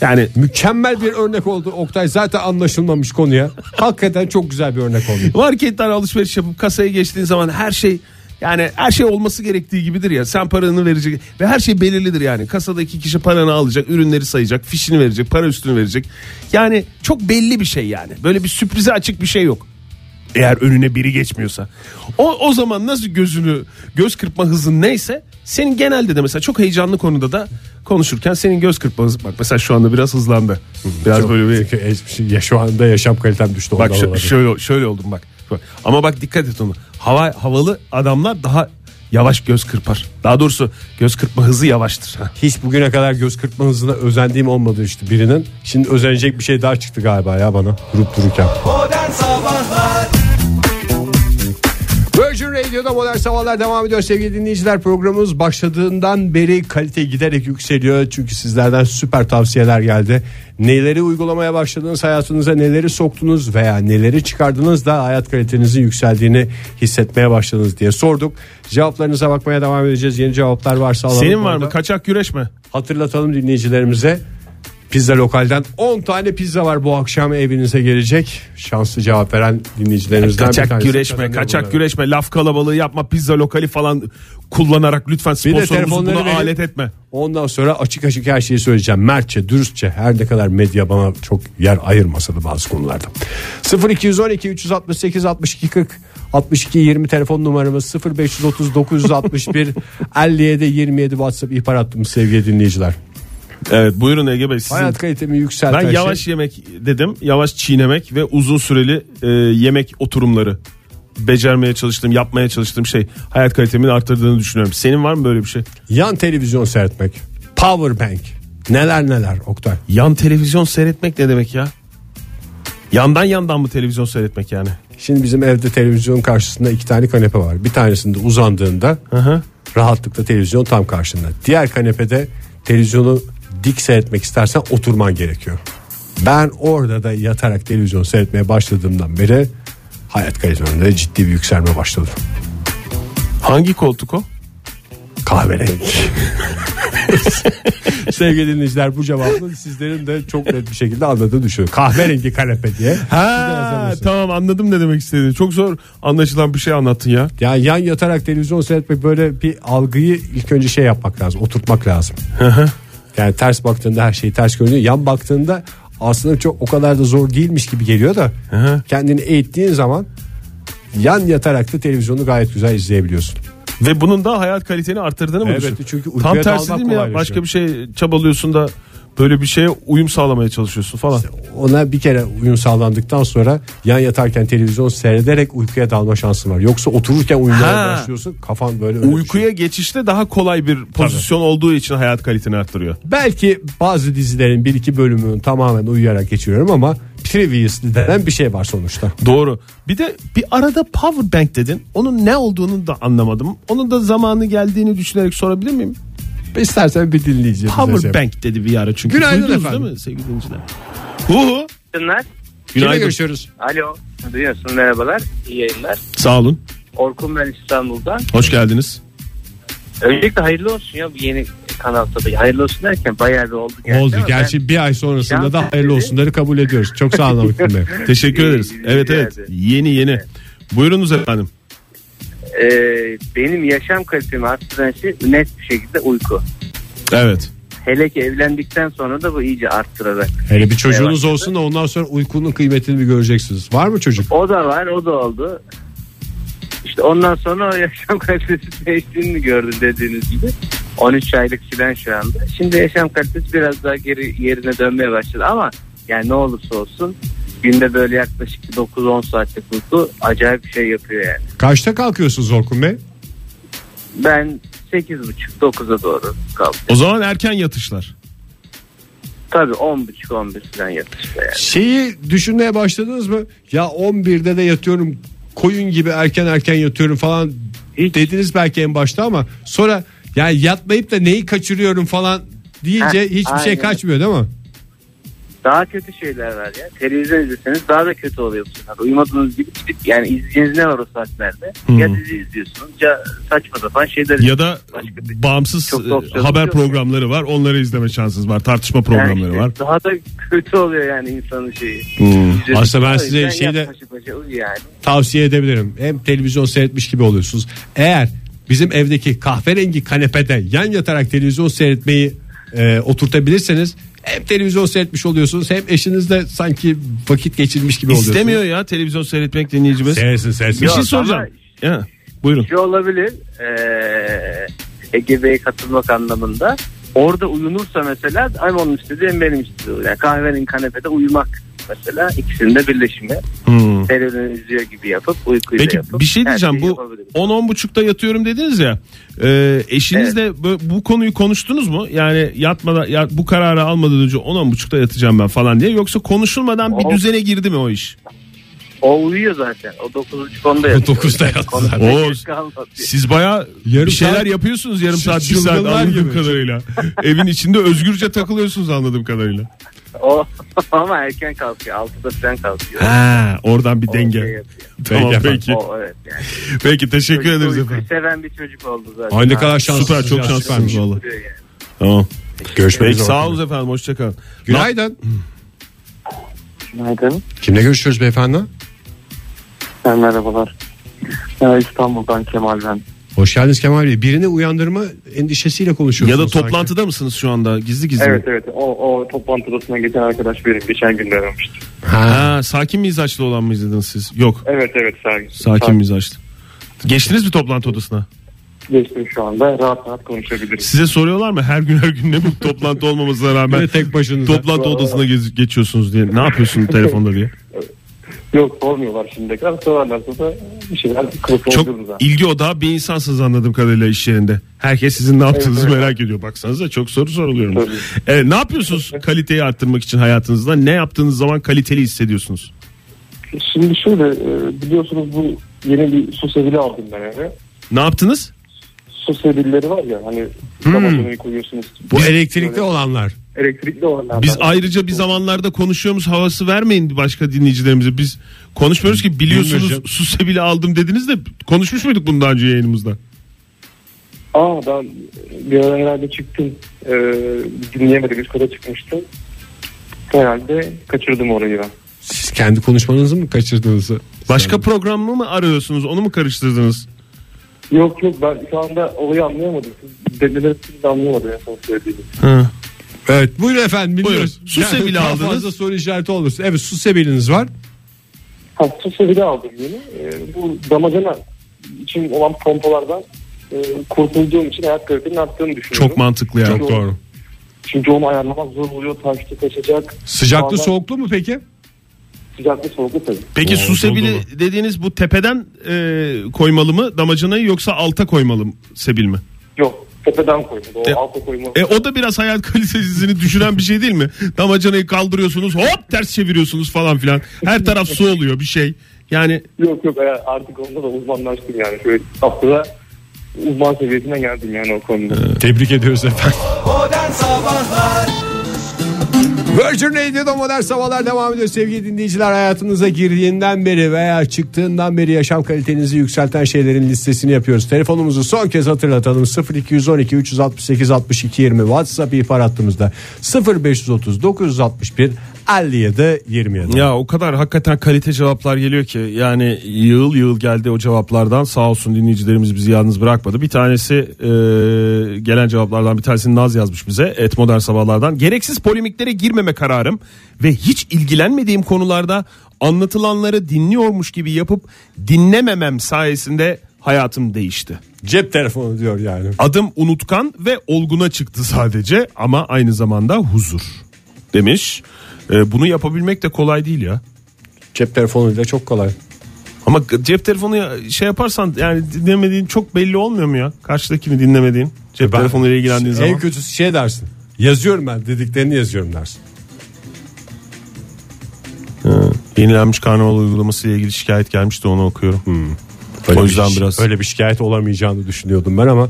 Yani
Mükemmel bir örnek oldu Oktay. Zaten anlaşılmamış konuya. Hakikaten çok güzel bir örnek oldu.
marketten alışveriş yapıp kasaya geçtiğin zaman her şey yani her şey olması gerektiği gibidir ya. Sen paranı verecek ve her şey belirlidir yani. Kasadaki kişi paranı alacak, ürünleri sayacak, fişini verecek, para üstünü verecek. Yani çok belli bir şey yani. Böyle bir sürprize açık bir şey yok. Eğer önüne biri geçmiyorsa. O, o zaman nasıl gözünü göz kırpma hızın neyse senin genelde de mesela çok heyecanlı konuda da konuşurken senin göz kırpma hızı bak mesela şu anda biraz hızlandı. Biraz böyle bir
Çünkü şey, eş- ya şu anda yaşam kalitem düştü.
Bak
ondan
şö-
olabilir.
şöyle şöyle oldum bak. Bak. Ama bak dikkat et onu. Hava havalı adamlar daha yavaş göz kırpar. Daha doğrusu göz kırpma hızı yavaştır.
Hiç bugüne kadar göz kırpma hızına özendiğim olmadı işte birinin. Şimdi özenecek bir şey daha çıktı galiba ya bana durup dururken.
Modern Sabahlar
Virgin Radio'da modern sabahlar devam ediyor sevgili dinleyiciler. Programımız başladığından beri kalite giderek yükseliyor. Çünkü sizlerden süper tavsiyeler geldi. Neleri uygulamaya başladınız hayatınıza neleri soktunuz veya neleri çıkardınız da hayat kalitenizin yükseldiğini hissetmeye başladınız diye sorduk. Cevaplarınıza bakmaya devam edeceğiz. Yeni cevaplar varsa alalım.
Senin var
orada.
mı? Kaçak güreş mi?
Hatırlatalım dinleyicilerimize. Pizza Lokal'den 10 tane pizza var bu akşam evinize gelecek. Şanslı cevap veren dinleyicilerimizden bir
Kaçak
tanesi
güreşme,
kazanıyor
kaçak
bunları.
güreşme, laf kalabalığı yapma, pizza lokali falan kullanarak lütfen
de
sponsorumuzu
telefonları
buna
verin.
alet etme.
Ondan sonra açık açık her şeyi söyleyeceğim. Mertçe, dürüstçe her ne kadar medya bana çok yer ayırmasa da bazı konularda. 0212 368 62 40 62 20 telefon numaramız 0530 961 57 27 WhatsApp ihbar hattımız sevgili dinleyiciler.
Evet buyurun Ege Bey sizin.
Hayat kalitemi
ben
yükselten
yavaş
şey,
yemek dedim. Yavaş çiğnemek ve uzun süreli e, yemek oturumları becermeye çalıştığım, yapmaya çalıştığım şey hayat kalitemin arttırdığını düşünüyorum. Senin var mı böyle bir şey?
yan televizyon seyretmek, power bank, neler neler Oktay.
Yan televizyon seyretmek ne demek ya? Yandan yandan mı televizyon seyretmek yani?
Şimdi bizim evde televizyonun karşısında iki tane kanepe var. Bir tanesinde uzandığında rahatlıkla televizyon tam karşında. Diğer kanepede televizyonu dik seyretmek istersen oturman gerekiyor. Ben orada da yatarak televizyon seyretmeye başladığımdan beri hayat kalitemde ciddi bir yükselme başladı.
Hangi koltuk o?
Kahverengi. Sevgili dinleyiciler bu cevabı sizlerin de çok net bir şekilde anladığını düşünüyorum. Kahverengi kanepe diye.
Ha tamam anladım ne demek istediğini. Çok zor anlaşılan bir şey anlattın ya.
Yani yan yatarak televizyon seyretmek böyle bir algıyı ilk önce şey yapmak lazım. Oturtmak lazım. yani ters baktığında her şeyi ters görünüyor. Yan baktığında aslında çok o kadar da zor değilmiş gibi geliyor da kendini eğittiğin zaman yan yatarak da televizyonu gayet güzel izleyebiliyorsun.
Ve bunun da hayat kaliteni arttırdığını mı
Evet,
düşünüyorsun?
çünkü uykuya
Tam tersi
dalmak
değil mi ya?
kolaylaşıyor.
Başka bir şey çabalıyorsun da böyle bir şeye uyum sağlamaya çalışıyorsun falan.
Ona bir kere uyum sağlandıktan sonra yan yatarken televizyon seyrederek uykuya dalma şansın var. Yoksa otururken uyumaya
Ha.
başlıyorsun kafan böyle öyle
Uykuya geçişte daha kolay bir pozisyon olduğu için hayat kaliteni arttırıyor.
Belki bazı dizilerin bir iki bölümünü tamamen uyuyarak geçiriyorum ama previously denen bir şey var sonuçta.
Doğru. Bir de bir arada power bank dedin. Onun ne olduğunu da anlamadım. Onun da zamanı geldiğini düşünerek sorabilir miyim?
İstersen bir dinleyici. bize şey
Power
yapar.
bank dedi bir ara çünkü.
Günaydın
Duydunuz
efendim.
değil mi sevgili dinleyiciler? Hu.
Günaydınlar.
Kimle
Günaydın.
görüşüyoruz?
Alo. Duyuyorsun merhabalar. İyi yayınlar.
Sağ olun.
Orkun ben İstanbul'dan.
Hoş geldiniz.
Öncelikle hayırlı olsun ya bu yeni kanal tabii. Hayırlı olsun derken bayağı bir oldu. gerçi
Oldu.
ama
Gerçi bir ay sonrasında
Şans
da hayırlı
eseri.
olsunları kabul ediyoruz. Çok sağ olun. Hakkı Bey.
Teşekkür
İyi,
ederiz.
iyi,
Evet
rica
evet.
ederim.
Yeni yeni. Buyurunuz efendim.
ben, e, benim yaşam kalitemi arttıran şey net bir şekilde uyku.
Evet.
Hele ki evlendikten sonra da bu iyice arttırarak.
Hele bir çocuğunuz
Eyvallah.
olsun da ondan sonra uykunun kıymetini bir göreceksiniz. Var mı çocuk?
O da var o da oldu. İşte ondan sonra o yaşam kalitesi değiştiğini gördüm dediğiniz gibi. 13 aylık filan şu anda. Şimdi yaşam kalitesi biraz daha geri yerine dönmeye başladı ama yani ne olursa olsun günde böyle yaklaşık 9-10 saatlik uyku acayip bir şey yapıyor yani.
Kaçta kalkıyorsunuz Orkun Bey?
Ben 8.30-9'a doğru kaldım.
O zaman erken yatışlar.
Tabii 10.30-11 falan yatışta yani.
Şeyi düşünmeye başladınız mı? Ya 11'de de yatıyorum koyun gibi erken erken yatıyorum falan dediniz belki en başta ama sonra yani yatmayıp da neyi kaçırıyorum falan deyince
Heh,
hiçbir şey
aynen.
kaçmıyor değil mi?
Daha kötü şeyler var ya. Televizyon izleseniz daha da kötü oluyor bu sefer. Uyumadığınız gibi gidip yani izleyeceğiniz ne var o saatlerde? Ya dizi izliyorsunuz ya saçma sapan şeyler
Ya da
Başka bir-
bağımsız
Çok da
e,
opsiyon
haber
yok.
programları var. Onları izleme şansınız var. Tartışma programları
Yani
var.
Daha da kötü oluyor yani insanın şeyi. İzlediğiniz-
Aslında ben
O
size
yüzden
şeyi de-
yat paşa paşa uyu yani.
Tavsiye edebilirim. Hem televizyon seyretmiş gibi oluyorsunuz. Eğer bizim evdeki kahverengi kanepede yan yatarak televizyon seyretmeyi e, oturtabilirseniz hem televizyon seyretmiş oluyorsunuz hem eşinizle sanki vakit geçirmiş gibi oluyorsunuz.
İstemiyor ya televizyon seyretmek dinleyicimiz.
Seyretsin seyretsin.
Bir şey
ama-
soracağım. Ya, buyurun.
Şu olabilir. Ee, Ege Bey'e katılmak anlamında. Orada uyunursa mesela hem onun istediği hem benim istediğim. Yani kahvenin kanepede uyumak mesela ikisinin de birleşimi.
Hmm.
Televizyon izliyor gibi yapıp uykuyu da
Peki
yapıp.
bir şey
her
diyeceğim
şeyi
bu
yapabilirim.
10-10.30'da yatıyorum dediniz ya e, eşinizle bu, bu konuyu konuştunuz mu? Yani yatmadan ya, bu kararı almadan önce 10-10.30'da yatacağım ben falan diye yoksa konuşulmadan bir
O-
düzene girdi mi o iş?
O uyuyor zaten. O 9.30-10'da yatıyor.
9'da yattı zaten.
O- Siz baya
Yarım
bir şeyler
saat-
yapıyorsunuz yarım
Şu
saat bir saat
çılgınlar
anladığım
gibi.
kadarıyla. Evin içinde özgürce takılıyorsunuz anladığım kadarıyla.
O, ama erken kalkıyor. 6'da falan kalkıyor.
Ha, oradan bir
O
denge.
şey yapıyor.
Tamam
Peki
peki.
efendim.
Peki,
O, evet yani.
teşekkür
Çocuk
ederiz
uykuyu
efendim.
Seven bir çocuk oldu zaten.
Ay ne kadar şanslısınız.
Süper çok
ya,
şanslısınız
süpermiş.
valla.
Uyuyor yani.
Tamam.
Görüşmek
Peki
üzere.
sağ olun efendim hoşçakalın.
Günaydın.
Günaydın.
Kimle görüşüyoruz beyefendi?
Ben merhabalar. Ya İstanbul'dan Kemal ben.
Hoş geldiniz Kemal Bey. Birini uyandırma endişesiyle
Ya
konuşuyorsunuz.
da
sanki.
toplantıda mısınız şu anda gizli gizli?
Evet evet o, o toplantı odasına geçen arkadaş benim geçen gün de aramıştı.
Ha, sakin mizaçlı olan mı izlediniz siz? Yok
Evet evet sakin.
sakin mizaçlı. Geçtiniz mi toplantı odasına?
Geçtim şu anda rahat rahat konuşabiliriz.
Size soruyorlar mı her gün her gün ne bu toplantı olmamasına rağmen
Böyle tek başınıza.
toplantı odasına gez- geçiyorsunuz diye. Ne yapıyorsun telefonda diye?
Yok sormuyorlar şimdi kadar sorarlarsa da bir şeyler kılıf
Çok
olduğunu da.
ilgi odağı bir insansınız anladığım kadarıyla iş yerinde. Herkes sizin ne yaptığınızı
Evet,
merak ediyor. Baksanıza çok soru soruluyor.
Tabii.
Evet, ne yapıyorsunuz kaliteyi arttırmak için hayatınızda? Ne yaptığınız zaman kaliteli hissediyorsunuz?
Şimdi şöyle e, biliyorsunuz bu yeni bir su sedili aldım ben eve.
Ne yaptınız?
Su sedilleri var ya hani hmm. koyuyorsunuz.
Bu elektrikli olanlar.
Elektrikli olanlar.
Biz ayrıca bir zamanlarda konuşuyoruz havası vermeyin başka dinleyicilerimize. Biz konuşmuyoruz ki biliyorsunuz
Bilmiyorum.
Susebile aldım dediniz de konuşmuş muyduk bunu daha önce yayınımızda?
Aa ben bir ara herhalde çıktım. Ee, dinleyemedim. Üst kata çıkmıştı. Herhalde kaçırdım orayı ben.
Siz kendi konuşmanızı mı kaçırdınız?
Başka programı mı arıyorsunuz? Onu mu karıştırdınız?
Yok yok ben şu anda olayı anlayamadım. Siz dediler siz de anlayamadım en son söylediğiniz.
Evet buyurun efendim dinliyoruz.
Buyurun. Su sebili
daha
aldınız.
fazla soru işareti olursa. Evet su sebiliniz var.
Ha, su sebili aldım yeni. Ee, bu damacana için olan pompalardan e, kurtulduğum için hayat kalitesinin arttığını düşünüyorum.
Çok mantıklı yani.
Çok doğru. Çünkü onu ayarlamak zor oluyor. Taştı kaçacak.
Sıcaklı
Şu anda
soğuklu mu peki?
Sıcaklı soğuklu tabii.
Peki
Oo,
su sebili
dolu
dediğiniz bu tepeden e, koymalı mı damacanayı yoksa alta koymalı mı sebil mi?
Yok tepeden koyma. O
E-
alta koyma.
E o da biraz hayat kalitesini düşüren bir şey değil mi? Damacanayı kaldırıyorsunuz hop ters çeviriyorsunuz falan filan. Her taraf su oluyor bir şey. Yani
Yok yok e, artık onda da uzmanlaştım yani. Şöyle haftada uzman seviyesine geldim yani o konuda.
Tebrik ediyoruz efendim.
Modern Sabahlar
Virgin Radio'da modern sabahlar devam ediyor sevgili dinleyiciler. Hayatınıza girdiğinden beri veya çıktığından beri yaşam kalitenizi yükselten şeylerin listesini yapıyoruz. Telefonumuzu son kez hatırlatalım. 0212 368 62 20 WhatsApp ihbar hattımızda 0530 961 57 27.
Ya o kadar hakikaten kalite cevaplar geliyor ki yani yığıl yığıl geldi o cevaplardan sağ olsun dinleyicilerimiz bizi yalnız bırakmadı. Bir tanesi e, gelen cevaplardan bir tanesini Naz yazmış bize et modern sabahlardan. Gereksiz polemiklere girmeme kararım ve hiç ilgilenmediğim konularda anlatılanları dinliyormuş gibi yapıp dinlememem sayesinde hayatım değişti.
Cep telefonu diyor yani.
Adım unutkan ve olguna çıktı sadece ama aynı zamanda huzur demiş. E, bunu yapabilmek de kolay değil ya.
Cep telefonuyla çok kolay.
Ama cep telefonu ya- şey yaparsan yani dinlemediğin çok belli olmuyor mu ya? Karşıdakini dinlemediğin cep telefonuyla ilgilendiğin
En
zaman.
kötüsü şey dersin. Yazıyorum ben dediklerini yazıyorum dersin.
Yenilenmiş karnaval uygulaması ile ilgili şikayet gelmişti onu okuyorum.
Öyle
O
bir
yüzden
şi-
şey- biraz-
öyle bir şikayet olamayacağını düşünüyordum ben ama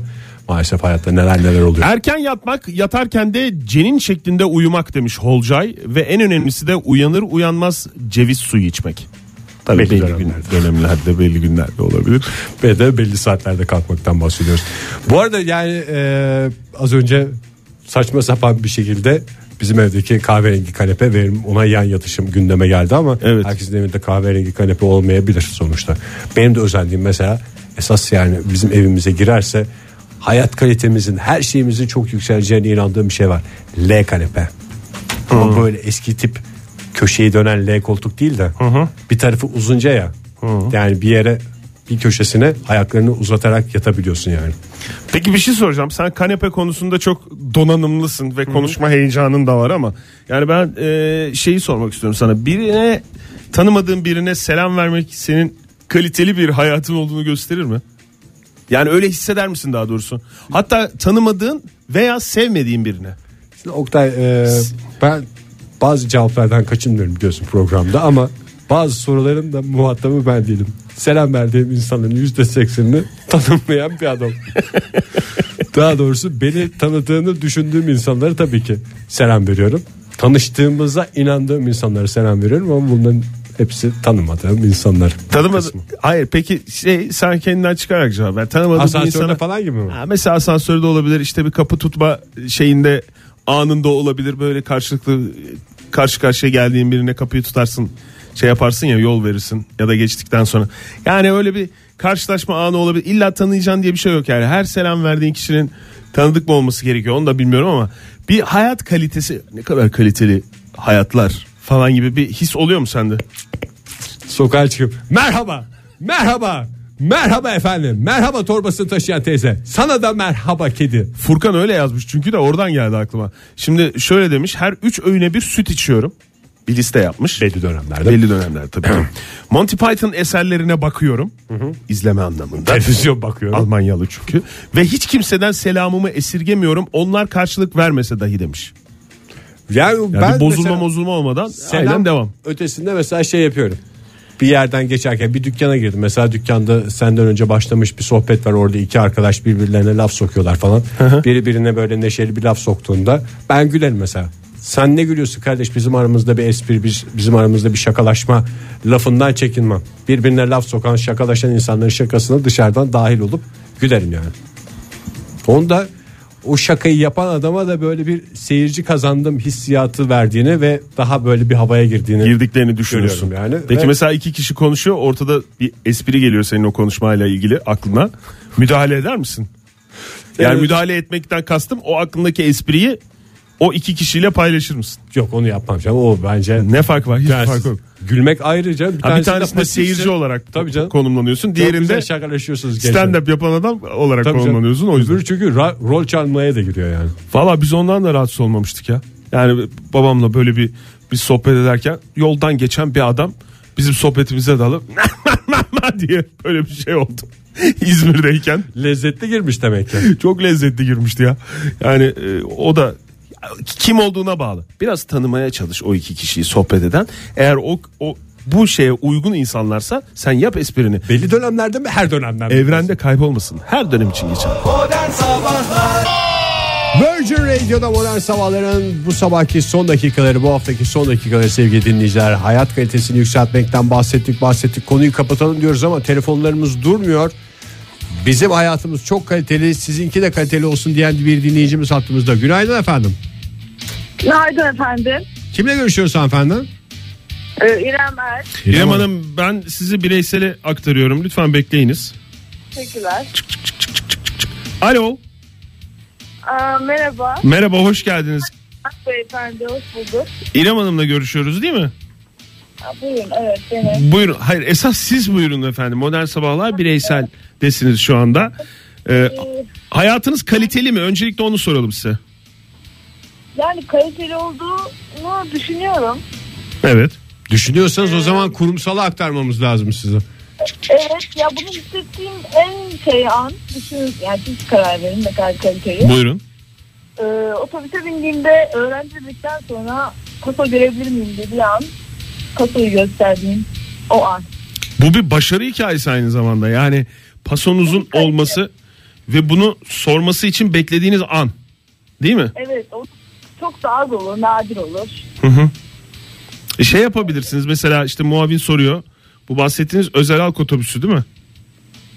maalesef hayatta neler neler oluyor.
Erken yatmak yatarken de cenin şeklinde uyumak demiş Holcay ve en önemlisi de uyanır uyanmaz ceviz suyu içmek. Tabii
Belli
belli,
dönemlerde.
gün- dönemlerde belli günlerde olabilir.
Ve de belli saatlerde kalkmaktan bahsediyoruz. Bu arada yani e, az önce saçma sapan bir şekilde bizim evdeki kahverengi kanepe benim ona yan yatışım gündeme geldi ama
Evet.
herkesin evinde kahverengi kanepe olmayabilir sonuçta. Benim de özendiğim mesela esas yani bizim evimize girerse hayat kalitemizin her şeyimizin çok yükseleceğine inandığım bir şey var. L kanepe. Ama böyle eski tip köşeyi dönen L koltuk değil de bir tarafı uzunca ya. Yani bir yere bir köşesine ayaklarını uzatarak yatabiliyorsun yani.
Peki bir şey soracağım. Sen kanepe konusunda çok donanımlısın ve konuşma heyecanın da var ama yani ben e, şeyi sormak istiyorum sana. Birine tanımadığın birine selam vermek senin kaliteli bir hayatın olduğunu gösterir mi? Yani öyle hisseder misin daha doğrusu? Hatta tanımadığın veya sevmediğin birine.
Şimdi Oktay e, ben bazı cevaplardan kaçınmıyorum biliyorsun programda ama bazı soruların da muhatabı ben değilim. Selam verdiğim insanların yüzde seksenini tanımayan bir adam. Daha doğrusu beni tanıdığını düşündüğüm insanlara tabii ki selam veriyorum. Tanıştığımıza inandığım insanlara selam veriyorum ama bunların hepsi tanımadığım insanlar.
Tanımadın.
Kısmı.
Hayır peki şey sen kendinden çıkarak cevap ver. Tanımadığın bir
Asansörde
insana
falan gibi mi?
Ha, mesela asansörde olabilir işte bir kapı tutma şeyinde anında olabilir böyle karşılıklı karşı karşıya geldiğin birine kapıyı tutarsın şey yaparsın ya yol verirsin ya da geçtikten sonra. Yani öyle bir karşılaşma anı olabilir. İlla tanıyacaksın diye bir şey yok yani. Her selam verdiğin kişinin tanıdık mı olması gerekiyor onu da bilmiyorum ama bir hayat kalitesi ne kadar kaliteli hayatlar falan gibi bir his oluyor mu sende?
Sokağa çıkıp merhaba, merhaba, merhaba efendim, merhaba torbasını taşıyan teyze. Sana da merhaba kedi.
Furkan öyle yazmış çünkü de oradan geldi aklıma. Şimdi şöyle demiş her 3 öğüne bir süt içiyorum. Bir liste yapmış.
Belli dönemlerde.
Belli dönemler tabii. ki. Monty Python eserlerine bakıyorum. İzleme anlamında.
Televizyon şey bakıyorum.
Almanyalı çünkü. Ve hiç kimseden selamımı esirgemiyorum. Onlar karşılık vermese dahi demiş.
Yani,
Yani bir bozulma
mesela
bozulma olmadan
selam
selam devam.
Ötesinde mesela şey yapıyorum. Bir yerden geçerken bir dükkana girdim. Mesela dükkanda senden önce başlamış bir sohbet var orada iki arkadaş birbirlerine laf sokuyorlar falan. Biri birine böyle neşeli bir laf soktuğunda ben gülerim mesela. Sen ne gülüyorsun kardeş bizim aramızda bir espri biz- bizim aramızda bir şakalaşma lafından çekinmem. Birbirine laf sokan şakalaşan insanların şakasına dışarıdan dahil olup gülerim yani. Onda o şakayı yapan adama da böyle bir seyirci kazandım hissiyatı verdiğini ve daha böyle bir havaya girdiğini.
girdiklerini düşünüyorsun.
Görüyorum yani.
Peki
Ve-
mesela iki kişi konuşuyor ortada bir espri geliyor senin o konuşmayla ilgili aklına. Müdahale eder misin? Yani
Evet.
müdahale etmekten kastım o aklındaki espriyi o iki kişiyle paylaşır mısın?
Yok onu yapmam canım. O bence
Ne fark var? Hiç fark
Dersiz.
yok.
Gülmek ayrıca bir,
Ha, bir
tanesinde
tanesinde
pasifsin.
seyirci olarak
şey. Tabii canım.
konumlanıyorsun.
Çok güzel
Diğerinde
şakalaşıyorsunuz. gece.
stand-up yapan adam olarak
Tabii canım.
konumlanıyorsun. O yüzden
Öbürü çünkü ra- rol çalmaya da giriyor yani.
Valla biz ondan da rahatsız olmamıştık ya. Yani babamla böyle bir bir sohbet ederken yoldan geçen bir adam bizim sohbetimize dalıp diye böyle bir şey oldu. İzmir'deyken
Lezzetli girmiş demek ki.
çok lezzetli girmişti ya. Yani e, o da kim olduğuna bağlı. Biraz tanımaya çalış o iki kişiyi sohbet eden. Eğer o, o bu şeye uygun insanlarsa sen yap esprini.
Belli dönemlerde mi her dönemden mi?
Evrende kaybolmasın. Her dönem için geçer.
Modern Sabahlar
Virgin Radio'da modern sabahların bu sabahki son dakikaları bu haftaki son dakikaları sevgili dinleyiciler. Hayat kalitesini yükseltmekten bahsettik bahsettik konuyu kapatalım diyoruz ama telefonlarımız durmuyor. Bizim hayatımız çok kaliteli sizinki de kaliteli olsun diyen bir dinleyicimiz hattımızda. Günaydın efendim.
Günaydın efendim.
Kimle görüşüyoruz hanımefendi?
Ee, İrem Er.
İrem Hanım ben sizi bireysele aktarıyorum. Lütfen bekleyiniz.
Teşekkürler.
Alo.
Aa, merhaba.
Merhaba hoş geldiniz.
Ak Beyefendi hoş bulduk.
İrem Hanım'la görüşüyoruz değil mi?
Aa, buyurun evet benim.
Buyurun. Hayır esas siz buyurun efendim. Modern Sabahlar bireysel desiniz şu anda. Ee, hayatınız kaliteli mi? Öncelikle onu soralım size.
Yani kaliteli olduğunu düşünüyorum.
Evet.
Düşünüyorsanız o zaman kurumsala aktarmamız lazım size.
Evet ya bunu hissettiğim en şey an düşünün yani siz karar verin ne kadar kaliteli.
Buyurun.
Ee, otobüse bindiğimde öğrencilikten sonra kasa görebilir miyim dediği an kasayı gösterdiğim o an.
Bu bir başarı hikayesi aynı zamanda. Yani pasonuzun olması ve bunu sorması için beklediğiniz an. Değil mi?
Evet o çok da az olur nadir olur.
E, Şey yapabilirsiniz mesela işte muavin soruyor. Bu bahsettiğiniz özel halk otobüsü değil mi?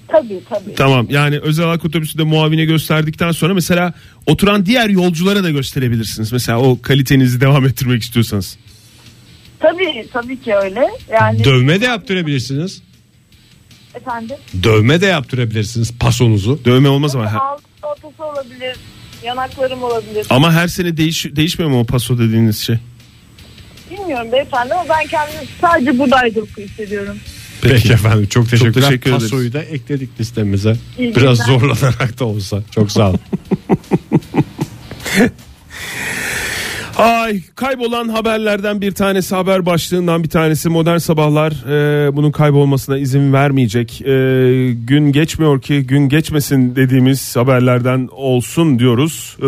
Tabii tabii.
Tamam yani özel halk otobüsü de muavine gösterdikten sonra mesela oturan diğer yolculara da gösterebilirsiniz. Mesela o kalitenizi devam ettirmek istiyorsanız.
Tabii tabii ki öyle. Yani
Dövme de yaptırabilirsiniz.
efendim
Dövme de yaptırabilirsiniz pasonuzu.
Dövme olmaz ama her,
ağzım ortası olabilir. Yanaklarım olabilir.
ama her sene değiş, değişmiyor mu o paso dediğiniz şey?
Bilmiyorum beyefendi ama ben kendimi sadece burada ayrılıklı hissediyorum.
Peki, efendim çok teşekkürler.
teşekkür ederiz.
Pasoyu da ekledik listemize.
İyi
Biraz
günler.
zorlanarak da olsa. Çok sağ olun.
Ay kaybolan haberlerden bir tanesi haber başlığından bir tanesi modern sabahlar e, bunun kaybolmasına izin vermeyecek. E, gün geçmiyor ki gün geçmesin dediğimiz haberlerden olsun diyoruz. E,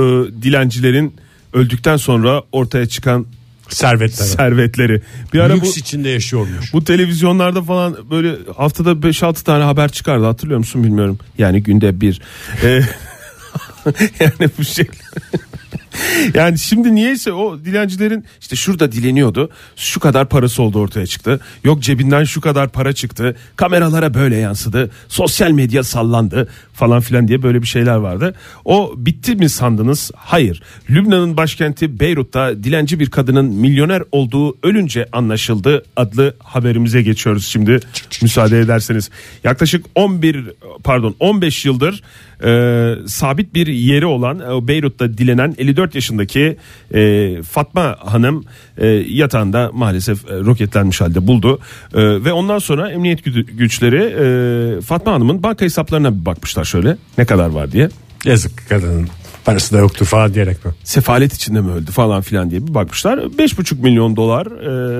dilencilerin öldükten sonra ortaya çıkan
Servetler.
servetleri. Bir ara bu,
Lüks içinde yaşıyormuş.
bu televizyonlarda falan böyle haftada 5-6 tane haber çıkardı hatırlıyor musun bilmiyorum. Yani günde bir. Ee, yani bu şey. Yani şimdi niyeyse o dilencilerin işte şurada dileniyordu. Şu kadar parası oldu ortaya çıktı. Yok cebinden şu kadar para çıktı. Kameralara böyle yansıdı. Sosyal medya sallandı falan filan diye böyle bir şeyler vardı. O bitti mi sandınız? Hayır. Lübnan'ın başkenti Beyrut'ta dilenci bir kadının milyoner olduğu ölünce anlaşıldı adlı haberimize geçiyoruz şimdi müsaade ederseniz. Yaklaşık 11 pardon 15 yıldır e, sabit bir yeri olan e, Beyrut'ta dilenen 54 yaşındaki e, Fatma Hanım e, yatağında maalesef e, roketlenmiş halde buldu. E, ve ondan sonra emniyet gü- güçleri e, Fatma Hanım'ın banka hesaplarına bir bakmışlar şöyle ne kadar var diye.
Yazık kadının. Parası da yoktu falan diyerek mi?
Sefalet içinde mi öldü falan filan diye bir bakmışlar. 5,5 milyon dolar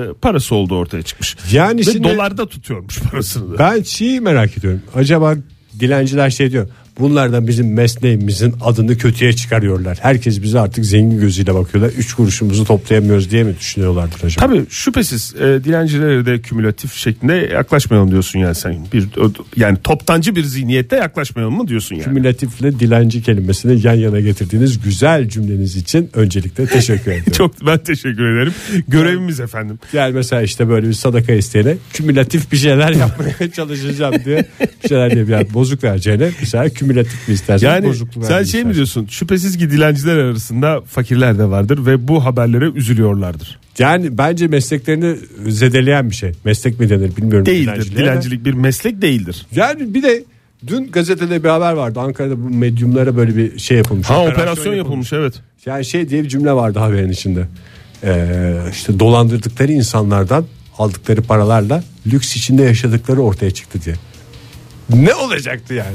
e, parası olduğu ortaya çıkmış.
Yani
Ve
şimdi-
dolarda tutuyormuş parasını da.
Ben şeyi merak ediyorum. Acaba dilenciler şey diyor. Bunlardan bizim mesleğimizin adını kötüye çıkarıyorlar. Herkes bize artık zengin gözüyle bakıyorlar. Üç kuruşumuzu toplayamıyoruz diye mi düşünüyorlardır acaba?
Tabii şüphesiz e, dilencilere de kümülatif şeklinde yaklaşmayalım diyorsun yani sen. Bir ö- yani toptancı bir zihniyette yaklaşmayalım mı diyorsun yani.
Kümülatifle dilenci kelimesini yan yana getirdiğiniz güzel cümleniz için öncelikle teşekkür ediyorum.
Çok ben teşekkür ederim. Görevimiz efendim.
Yani mesela işte böyle bir sadaka isteyene kümülatif bir şeyler yapmaya çalışacağım diye bir şeyler diye bir yani bozuk vereceğine mesela Kümülatif mi istersen?
Yani
bozukluk
sen
vermiş
şey mi
istersen.
diyorsun şüphesiz ki dilenciler arasında fakirler de vardır ve bu haberlere üzülüyorlardır.
Yani bence mesleklerini zedeleyen bir şey. Meslek mi denir bilmiyorum.
Değildir.
dilenciliğe de.
Dilencilik bir meslek değildir.
Yani bir de dün gazetede bir haber vardı. Ankara'da bu medyumlara böyle bir şey yapılmış.
Ha operasyon, yapılmış. evet.
Yani şey diye bir cümle vardı haberin içinde. Ee, işte dolandırdıkları insanlardan aldıkları paralarla lüks içinde yaşadıkları ortaya çıktı diye. Ne olacaktı yani?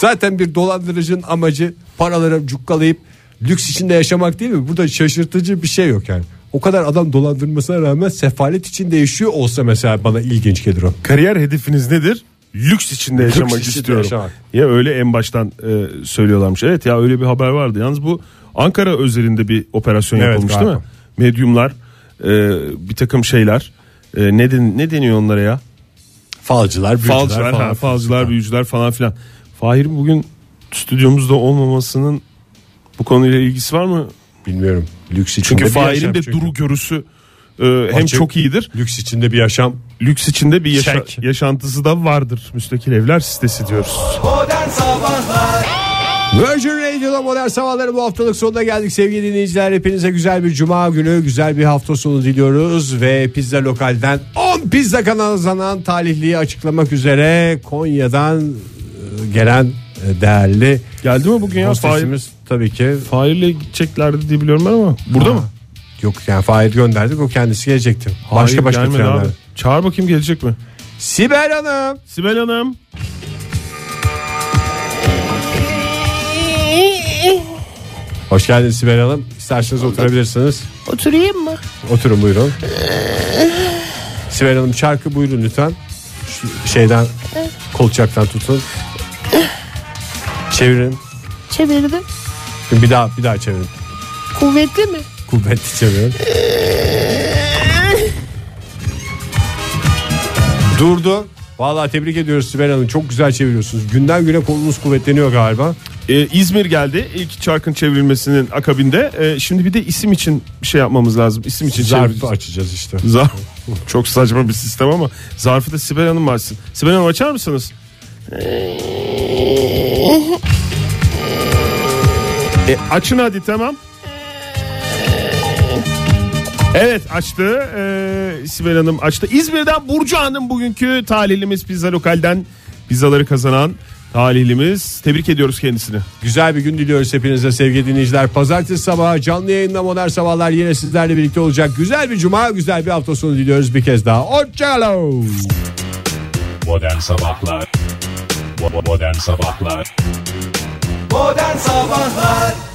Zaten bir dolandırıcının amacı paraları cukkalayıp lüks içinde yaşamak değil mi? Burada şaşırtıcı bir şey yok yani. O kadar adam dolandırmasına rağmen sefalet içinde yaşıyor olsa mesela bana ilginç gelir o.
Kariyer hedefiniz nedir? Lüks içinde yaşamak
içinde
istiyorum.
yaşamak.
Ya öyle en baştan e, söylüyorlarmış. Evet ya öyle bir haber vardı. Yalnız bu Ankara özelinde bir operasyon
Evet,
yapılmış değil mi?
galiba.
Medyumlar e, bir takım şeyler e, ne, den- ne deniyor onlara ya?
Falcılar, büyücüler
falcılar,
falan.
ha, falcılar, büyücüler falan filan. Fahir bugün stüdyomuzda olmamasının bu konuyla ilgisi var mı?
Bilmiyorum. Lüks içinde
Çünkü
bir
Fahir'in
yaşam
de
çünkü.
duru görüsü e, hem
Açık.
çok iyidir.
Lüks içinde bir yaşam.
Lüks içinde bir yaşa-
Çek.
yaşantısı da vardır. Müstakil evler sitesi diyoruz.
Modern Sabahlar
Virgin Radio'da modern sabahları bu haftalık sonuna geldik sevgili dinleyiciler. Hepinize güzel bir cuma günü, güzel bir hafta sonu diliyoruz. Ve Pizza Lokal'den 10 pizza kazananın talihliyi açıklamak üzere Konya'dan e, gelen e, değerli
Geldi mi bugün ya Fahir?
hostesimiz tabii ki.
Fahir'le gideceklerdi diye biliyorum ben ama. Burada mı?
Yok yani Fahir gönderdik o kendisi gelecekti. Başka
Hayır,
başka
gelmedi
trenler.
abi. Çağır bakayım gelecek mi?
Sibel Hanım.
Sibel Hanım.
Hoş geldiniz Sibel Hanım. İsterseniz oturabilirsiniz.
Oturayım mı? Ee.
Oturun buyurun. Sibel Hanım şarkı buyurun lütfen. Şu şeyden kolçaktan tutun. Çevirin.
Çevirdim.
Bir daha bir daha çevirin.
Kuvvetli mi? Ee.
Kuvvetli çevirin. Durdu. Vallahi tebrik ediyoruz Sibel Hanım. Çok güzel çeviriyorsunuz. Günden güne kolunuz kuvvetleniyor galiba.
Ee, İzmir geldi ilk çarkın çevrilmesinin akabinde. Ee, şimdi bir de isim için bir şey yapmamız lazım. İsim için çevireceğiz.
Zarfı açacağız işte.
Zarf. Çok saçma bir sistem ama zarfı da Sibel Hanım açsın. Sibel Hanım açar mısınız? E, açın hadi tamam. Evet açtı. E, Sibel Hanım açtı. İzmir'den Burcu Hanım bugünkü talihlimiz pizza lokalden pizzaları kazanan talihlimiz. Tebrik ediyoruz kendisini.
Güzel bir gün diliyoruz hepinize sevgili dinleyiciler. Pazartesi sabahı canlı yayında modern sabahlar yine sizlerle birlikte olacak. Güzel bir cuma, güzel bir hafta sonu diliyoruz bir kez daha. Hoşçakalın.
Modern Sabahlar Bo- Modern Sabahlar
Modern Sabahlar